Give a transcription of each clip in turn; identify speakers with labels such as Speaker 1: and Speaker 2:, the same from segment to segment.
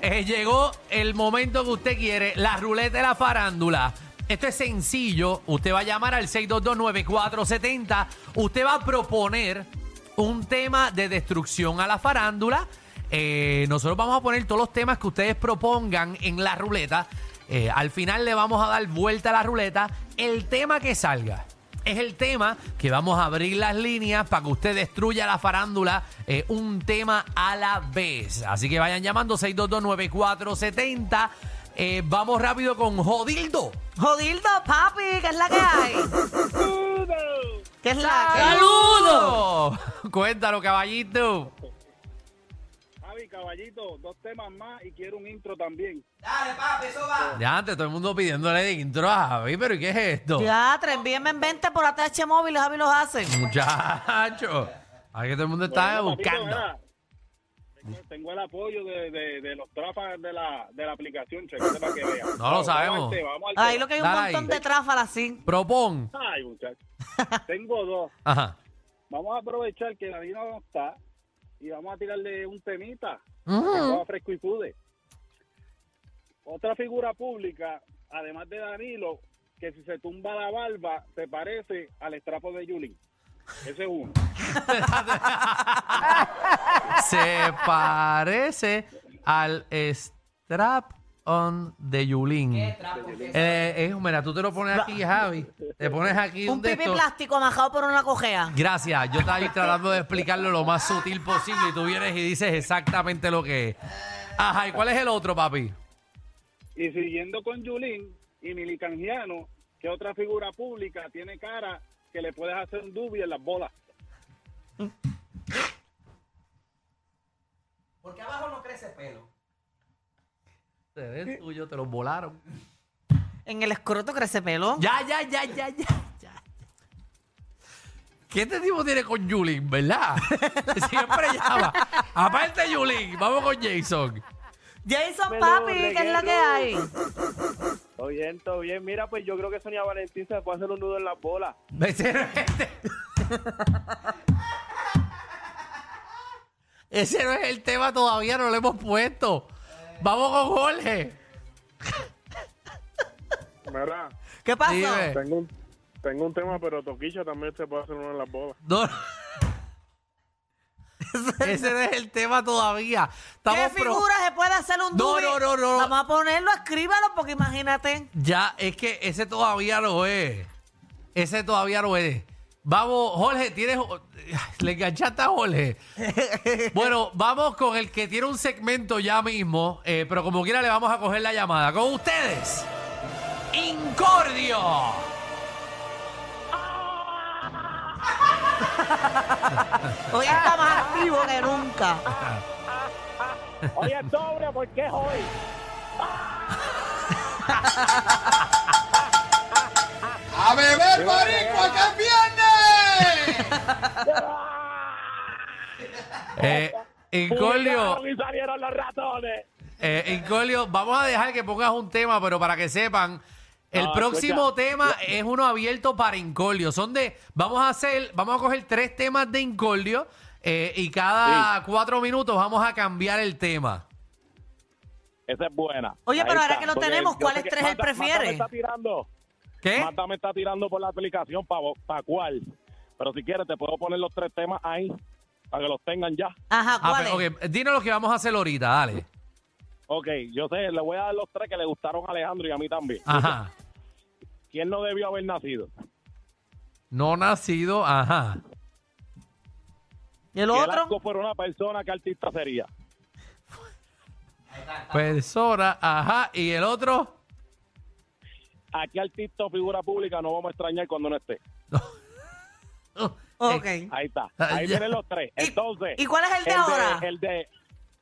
Speaker 1: Eh, llegó el momento que usted quiere, la ruleta de la farándula. Esto es sencillo. Usted va a llamar al 6229470. Usted va a proponer un tema de destrucción a la farándula. Eh, nosotros vamos a poner todos los temas que ustedes propongan en la ruleta. Eh, al final le vamos a dar vuelta a la ruleta. El tema que salga es el tema que vamos a abrir las líneas para que usted destruya la farándula eh, un tema a la vez. Así que vayan llamando 6229470. Eh, vamos rápido con Jodildo.
Speaker 2: Jodildo, papi, ¿qué es la que hay? ¿Qué es la que hay?
Speaker 1: ¡Saludos! Cuéntalo, caballito.
Speaker 3: Javi, caballito, dos temas más y quiero un intro también.
Speaker 1: Ya antes todo el mundo pidiéndole intro a Javi, pero ¿y qué es esto?
Speaker 2: Ya, tres, envíenme en 20 por ATH móvil, Javi los hace.
Speaker 1: Muchacho. Aquí todo el mundo está
Speaker 3: Bueno, papito,
Speaker 1: buscando.
Speaker 3: mira, tengo- Tengo el apoyo de, de- de los trafas de la, de la aplicación, chequete para que vean.
Speaker 1: lo sabemos.
Speaker 2: Ahí lo que hay un
Speaker 1: Dale
Speaker 2: montón
Speaker 1: ahí.
Speaker 2: de tráfalas así.
Speaker 1: Propón.
Speaker 3: Ay, muchachos. tengo dos.
Speaker 1: Ajá.
Speaker 3: Vamos a aprovechar que la Dina no está y vamos a tirarle un temita.
Speaker 1: Ujú.
Speaker 3: que estaba fresco y pude. Otra figura pública, además de Danilo, que si se tumba la barba, se parece al estrapo de Yulín. Ese es uno.
Speaker 1: Se parece al strap on de Yulín. Eh, eh, mira, tú te lo pones aquí, Javi. Te pones aquí
Speaker 2: Un
Speaker 1: de
Speaker 2: pipi
Speaker 1: estos.
Speaker 2: plástico amajado por una cojea.
Speaker 1: Gracias, yo estaba ahí tratando de explicarlo lo más sutil posible y tú vienes y dices exactamente lo que es. Ajá, ¿y cuál es el otro, papi?
Speaker 3: Y siguiendo con Yulín y Milicangiano, que otra figura pública tiene cara que le puedes hacer un dubi en las bolas.
Speaker 1: Te ves tuyo, te los volaron.
Speaker 2: En el escroto crece pelo.
Speaker 1: Ya, ya, ya, ya, ya, ya. ¿Qué este tipo tiene con Yulín, verdad? Siempre llama. Aparte, Yulín, vamos con Jason.
Speaker 2: Jason,
Speaker 3: Me lo
Speaker 2: papi, ¿qué es la que
Speaker 3: reguero.
Speaker 2: hay?
Speaker 3: Todo bien, todo bien. Mira, pues yo creo que Sonia Valentín se puede hacer un nudo en las bolas.
Speaker 1: Ese Ese no es el tema todavía, no lo hemos puesto. Vamos con Jorge.
Speaker 4: Mira,
Speaker 2: ¿Qué pasó?
Speaker 1: Dime.
Speaker 4: tengo un, tengo un tema, pero Toquicha también se puede hacer una en las bolas.
Speaker 1: No, no. Ese no es el tema todavía.
Speaker 2: ¿Qué
Speaker 1: Estamos pro-
Speaker 2: figura se puede hacer un
Speaker 1: No,
Speaker 2: dubi?
Speaker 1: no, no, no.
Speaker 2: Vamos a ponerlo, escríbalo, porque imagínate.
Speaker 1: Ya, es que ese todavía lo es. Ese todavía lo es. Vamos, Jorge, tienes. Le enganchaste a Jorge. Bueno, vamos con el que tiene un segmento ya mismo, eh, pero como quiera le vamos a coger la llamada. Con ustedes, Incordio.
Speaker 2: Hoy está más activo que nunca.
Speaker 3: Oye, doble, ¿por qué hoy?
Speaker 5: ¡A beber marico que es viernes!
Speaker 1: Eh, Incordio,
Speaker 3: Y salieron los ratones.
Speaker 1: eh, Incordio, vamos a dejar que pongas un tema, pero para que sepan. El
Speaker 3: Ah,
Speaker 1: próximo
Speaker 3: escucha.
Speaker 1: tema es uno abierto para Incordio. Son de, vamos a hacer, vamos a coger tres temas de Incordio eh, y cada cuatro minutos vamos a cambiar el tema.
Speaker 3: Esa es buena.
Speaker 2: Oye,
Speaker 3: Ahí
Speaker 2: pero ahora
Speaker 3: está,
Speaker 2: que lo
Speaker 3: porque
Speaker 2: tenemos,
Speaker 3: yo
Speaker 2: ¿cuál
Speaker 3: sé
Speaker 2: es
Speaker 3: que
Speaker 2: tres él
Speaker 3: Mata- Mata
Speaker 2: prefiere? ¿Eh?
Speaker 3: me está tirando,
Speaker 1: ¿Qué?
Speaker 3: Mata me está tirando por la aplicación para cuál. Pero si quieres, te puedo poner los tres temas ahí para que los tengan ya.
Speaker 2: Ajá,
Speaker 1: Ah,
Speaker 2: ¿cuál
Speaker 1: pero,
Speaker 2: es?
Speaker 1: ok, Dinos lo que vamos a hacer ahorita, dale.
Speaker 3: Ok, yo sé, le voy a dar los tres que le gustaron a Alejandro y a mí también.
Speaker 2: Ah.
Speaker 1: Ajá.
Speaker 3: ¿Quién no debió haber nacido?
Speaker 1: No nacido, ajá.
Speaker 2: ¿Y el
Speaker 3: Si el
Speaker 2: otro?
Speaker 3: asco fuera una persona, ¿qué artista sería?
Speaker 1: Persona, ajá. ¿Y el otro?
Speaker 3: ¿A qué artista o figura pública no vamos a extrañar cuando no esté?
Speaker 2: Ok.
Speaker 3: Ahí está.
Speaker 1: Ah,
Speaker 3: Ahí
Speaker 1: ya.
Speaker 3: tienen los tres.
Speaker 2: ¿Y-
Speaker 3: Entonces.
Speaker 2: ¿Y cuál es el de ahora?
Speaker 3: El de,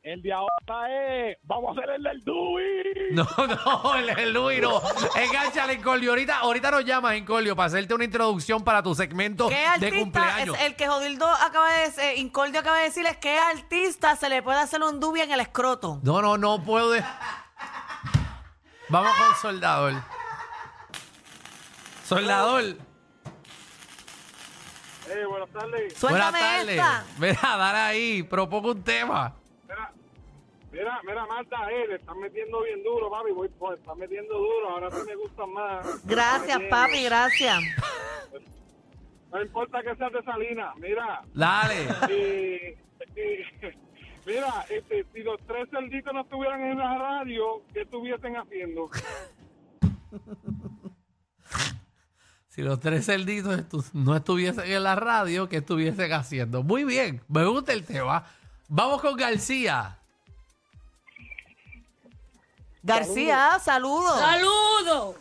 Speaker 3: el de ahora es. Vamos a hacer el del Dewey.
Speaker 1: No, no, el, el Luis no. Enganchale, Encolio. Ahorita, ahorita nos llamas, Encolio, para hacerte una introducción para tu segmento
Speaker 2: ¿Qué
Speaker 1: Ah, de
Speaker 2: artista?
Speaker 1: cumpleaños.
Speaker 2: Es el que Jodildo acaba de decir, Incordio acaba de decirles, ¿qué artista se le puede hacer un dubi en el escroto?
Speaker 1: No, no, no puedo. de- Vamos con Soldador. Soldador.
Speaker 4: buenas tardes.
Speaker 1: Buenas
Speaker 2: Suéltame
Speaker 1: tardes.
Speaker 2: esta.
Speaker 1: Mira, dale ahí. Propongo un tema.
Speaker 3: Mira, mira, Marta, eh, le están metiendo bien duro, papi. Voy, pues, están metiendo duro. Ahora sí me gustan más.
Speaker 2: Gracias,
Speaker 3: Oye,
Speaker 2: papi, gracias.
Speaker 3: No importa que seas de Salina. Mira,
Speaker 1: Dale.
Speaker 3: eh, eh, mira, este, si los tres cerditos no estuvieran en la radio, ¿qué estuviesen haciendo?
Speaker 1: Si los tres cerditos estu- no estuviesen en la radio, ¿qué estuviesen haciendo? Muy bien, me gusta el tema. Vamos con García.
Speaker 2: García, saludos.
Speaker 6: ¡Saludos!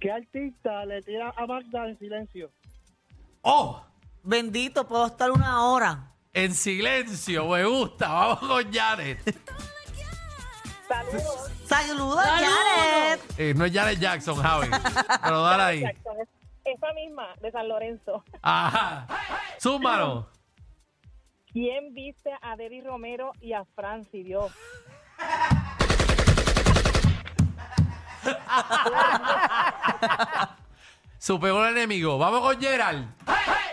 Speaker 7: ¿Qué artista le tira a Magda en silencio?
Speaker 1: ¡Oh!
Speaker 2: Bendito, puedo estar una hora.
Speaker 1: En silencio, me gusta. Vamos con Janet.
Speaker 8: Saludos,
Speaker 2: Saludos,
Speaker 6: Saludos.
Speaker 2: Janet.
Speaker 1: Eh, no es Janet Jackson, Javi. Pero dale ahí.
Speaker 8: Jackson. Es- Esa misma, de San Lorenzo.
Speaker 1: Ajá. Súmalo.
Speaker 8: ¿Quién viste a Debbie Romero y a Franci Dios?
Speaker 1: Su peor enemigo. Vamos con Gerald.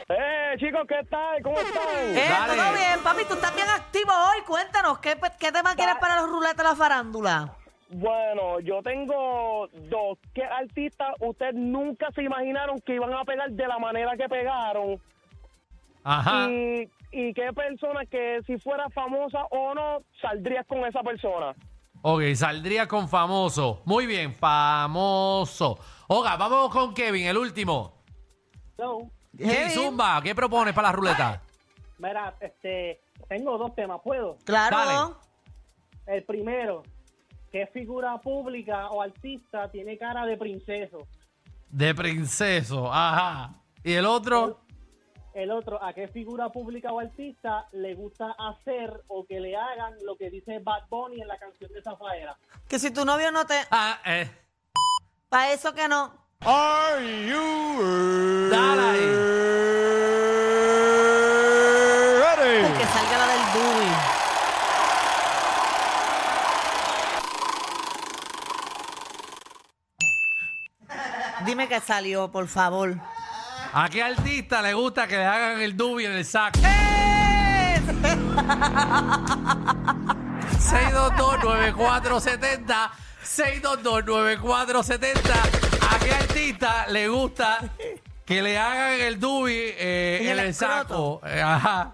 Speaker 4: ¡Eh, chicos, qué tal? ¿Cómo están?
Speaker 2: Eh,
Speaker 1: Dale.
Speaker 2: todo bien, papi, tú estás bien activo hoy. Cuéntanos, ¿qué, pe- qué tema quieres para los ruletas de la farándula?
Speaker 7: Bueno, yo tengo dos. ¿Qué artistas ustedes nunca se imaginaron que iban a pegar de la manera que pegaron?
Speaker 1: Ajá.
Speaker 7: Y, y qué persona que si fuera famosa o no, saldrías con esa persona.
Speaker 1: Ok, saldría con famoso. Muy bien, famoso. Oga, vamos con Kevin, el último. Kevin Zumba, ¿qué propones para la ruleta?
Speaker 7: Mira, este, tengo dos temas, ¿puedo?
Speaker 2: Claro.
Speaker 1: Dale.
Speaker 7: El primero, ¿qué figura pública o artista tiene cara de princeso?
Speaker 1: De princeso, ajá. Y el otro,
Speaker 7: El otro, ¿a qué figura pública o artista le gusta hacer o que le hagan lo que dice Bad Bunny en la canción de Zafaera?
Speaker 2: Que si tu novio no te...
Speaker 1: ah, eh,
Speaker 2: Para eso que no.
Speaker 1: dale. ahí.
Speaker 2: Que salga la del Dubi. Dime que salió, por favor.
Speaker 1: ¿A qué artista le gusta que le hagan el dubi en el saco? 622-9470. 622-9470. ¿A qué artista le gusta que le hagan el dubi eh,
Speaker 2: En
Speaker 1: en,
Speaker 2: el
Speaker 1: el
Speaker 2: escroto.
Speaker 1: saco? Eh, ajá.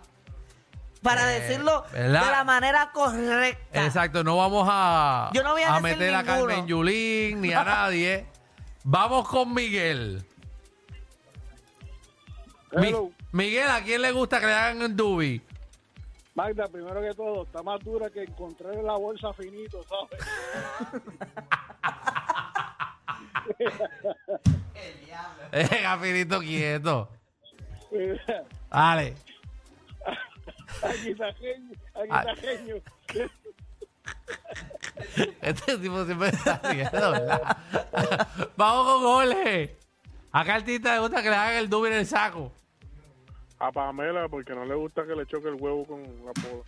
Speaker 2: Para
Speaker 1: Eh,
Speaker 2: decirlo
Speaker 1: ¿verdad?
Speaker 2: de la manera correcta.
Speaker 1: Exacto, no vamos a,
Speaker 2: Yo no voy a decir
Speaker 1: meter a
Speaker 2: ninguno.
Speaker 1: Carmen Yulín ni a nadie. Vamos con Miguel. Mi-
Speaker 3: Hello.
Speaker 1: Miguel, ¿a quién le gusta que le hagan un dubi?
Speaker 3: Magda, primero que todo, está más dura que encontrar en la bolsa finito, ¿sabes?
Speaker 1: Eh, Gafirito quieto. Dale.
Speaker 3: Aguitajeño,
Speaker 1: aguitajeño. Este tipo siempre está riendo, ¿verdad? Vamos con Jorge. ¿A qué artista le gusta que le hagan el dubi en el saco?
Speaker 4: A Pamela, porque no le gusta que le choque el huevo con la pola.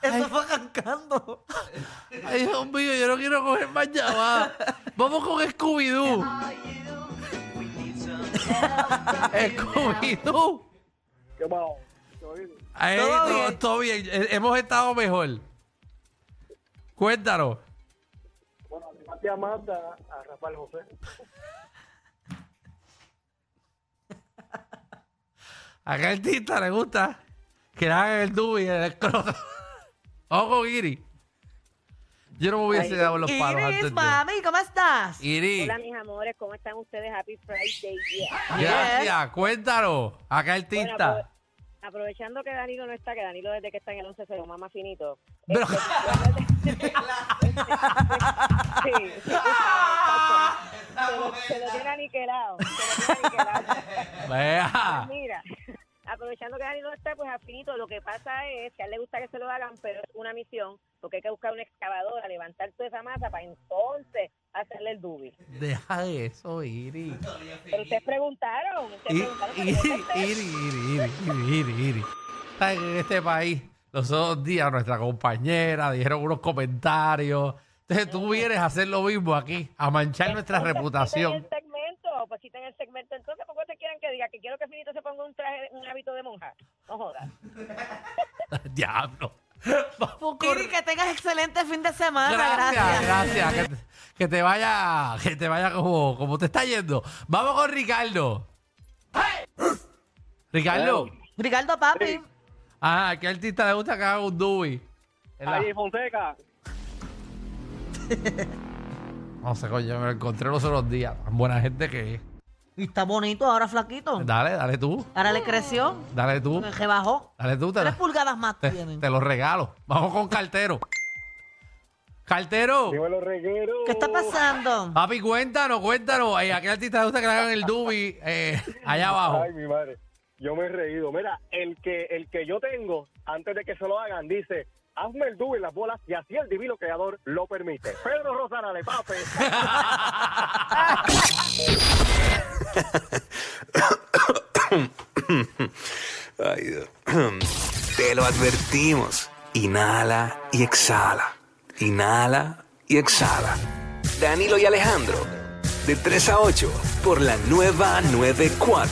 Speaker 2: Eso fue arrancando.
Speaker 1: Ay, Dios mío, yo no quiero coger más llamadas. Vamos con Scooby-Doo. Scooby-Doo.
Speaker 3: ¿Qué más?
Speaker 1: Ahí,
Speaker 2: Todo
Speaker 1: todo,
Speaker 2: bien.
Speaker 1: todo bien. Eh, Hemos estado mejor. Cuéntanos.
Speaker 3: Bueno, además de a Magda, a Rafael José.
Speaker 1: ¿A qué artista le gusta que le hagan el dubi en el escroto? Ojo, Iri. Yo no me hubiese dado los palos
Speaker 2: Iris,
Speaker 1: antes
Speaker 2: mami, ¿cómo estás?
Speaker 1: de... Iri,
Speaker 8: Hola, mis amores, ¿cómo están ustedes? Happy Friday. yeah.
Speaker 1: gracias. Cuéntanos. ¿A qué artista?
Speaker 3: pues,
Speaker 8: Bueno, Aprovechando que Danilo no está, que Danilo desde que está en el 11 se lo mama finito. Este,
Speaker 1: Pero-
Speaker 8: Sí.
Speaker 2: Ah.
Speaker 8: Se lo- se lo tiene aniquilado. Se lo tiene aniquilado.
Speaker 1: Vea.
Speaker 8: Mira, aprovechando que Dani no está, pues a Finito lo que pasa es que a él le gusta que se lo hagan, pero es una misión, porque hay que buscar una excavadora, levantar toda esa masa para entonces hacerle el dubi.
Speaker 1: Deja de eso, Iri.
Speaker 8: Pero ustedes preguntaron, ustedes
Speaker 1: Iri,
Speaker 8: preguntaron. pero
Speaker 1: Iri,
Speaker 8: yo contesté.
Speaker 1: Iri, Iri, Iri, Iri, Iri. ¿Sabes que en este país, los otros días, nuestra compañera dijeron unos comentarios Entonces tú vienes a hacer lo mismo aquí, a manchar nuestra
Speaker 8: Entonces,
Speaker 1: reputación.
Speaker 8: Quiten el segmento, pues quiten el segmento. Entonces, ¿por qué te quieren que diga que quiero que Finito se ponga un traje, un hábito de monja? No jodas.
Speaker 1: Diablo. Vamos
Speaker 2: Fukiri,
Speaker 1: corri-
Speaker 2: que tengas excelente fin de semana.
Speaker 1: Gracias,
Speaker 2: Gracias.
Speaker 1: gracias. Que, te- que te vaya, que te vaya como, como te está yendo. Vamos con Ricardo. Ricardo,
Speaker 2: Ricardo, papi.
Speaker 1: ah, ¿qué artista le gusta que haga un dubi?
Speaker 9: Ahí, Fonseca.
Speaker 1: No sé, coño, me lo encontré los otros días. Tan buena gente que es.
Speaker 2: Y está bonito ahora, flaquito.
Speaker 1: Dale, dale tú.
Speaker 2: Ahora le creció.
Speaker 1: Dale tú.
Speaker 2: Se bajó.
Speaker 1: Dale tú. Te,
Speaker 2: Tres pulgadas más
Speaker 1: Uh. te-
Speaker 2: tienen.
Speaker 1: te lo regalo. Vamos con Cartero. Cartero.
Speaker 7: Dímelo, reguero.
Speaker 2: ¿Qué está pasando?
Speaker 1: Papi, cuéntanos, cuéntanos. Eh, ¿A qué artista le gusta que le hagan el dubi eh, allá abajo?
Speaker 7: Ay, mi madre. Yo me he reído. Mira, el que el que yo tengo, antes de que se lo hagan, dice, hazme el dúo y las bolas y así el divino creador lo permite. Pedro Rosana de Pape.
Speaker 6: Ay, Dios. Te lo advertimos. Inhala y exhala. Inhala y exhala. Danilo y Alejandro, de 3 a 8, por la nueva 94.